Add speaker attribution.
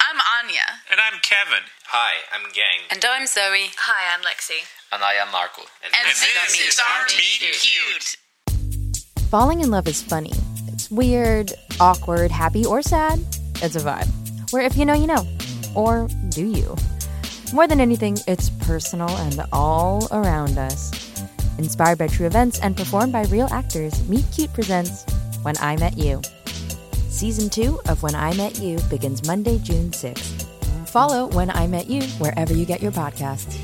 Speaker 1: I'm Anya.
Speaker 2: And I'm Kevin.
Speaker 3: Hi, I'm Gang.
Speaker 4: And I'm Zoe.
Speaker 5: Hi, I'm Lexi.
Speaker 6: And I am Marco.
Speaker 1: And, and this is our meet cute.
Speaker 7: Falling in love is funny. It's weird, awkward, happy, or sad. It's a vibe. Where if you know, you know. Or do you? More than anything, it's personal and all around us. Inspired by true events and performed by real actors, Meet Cute presents When I Met You. Season 2 of When I Met You begins Monday, June 6th. Follow When I Met You wherever you get your podcasts.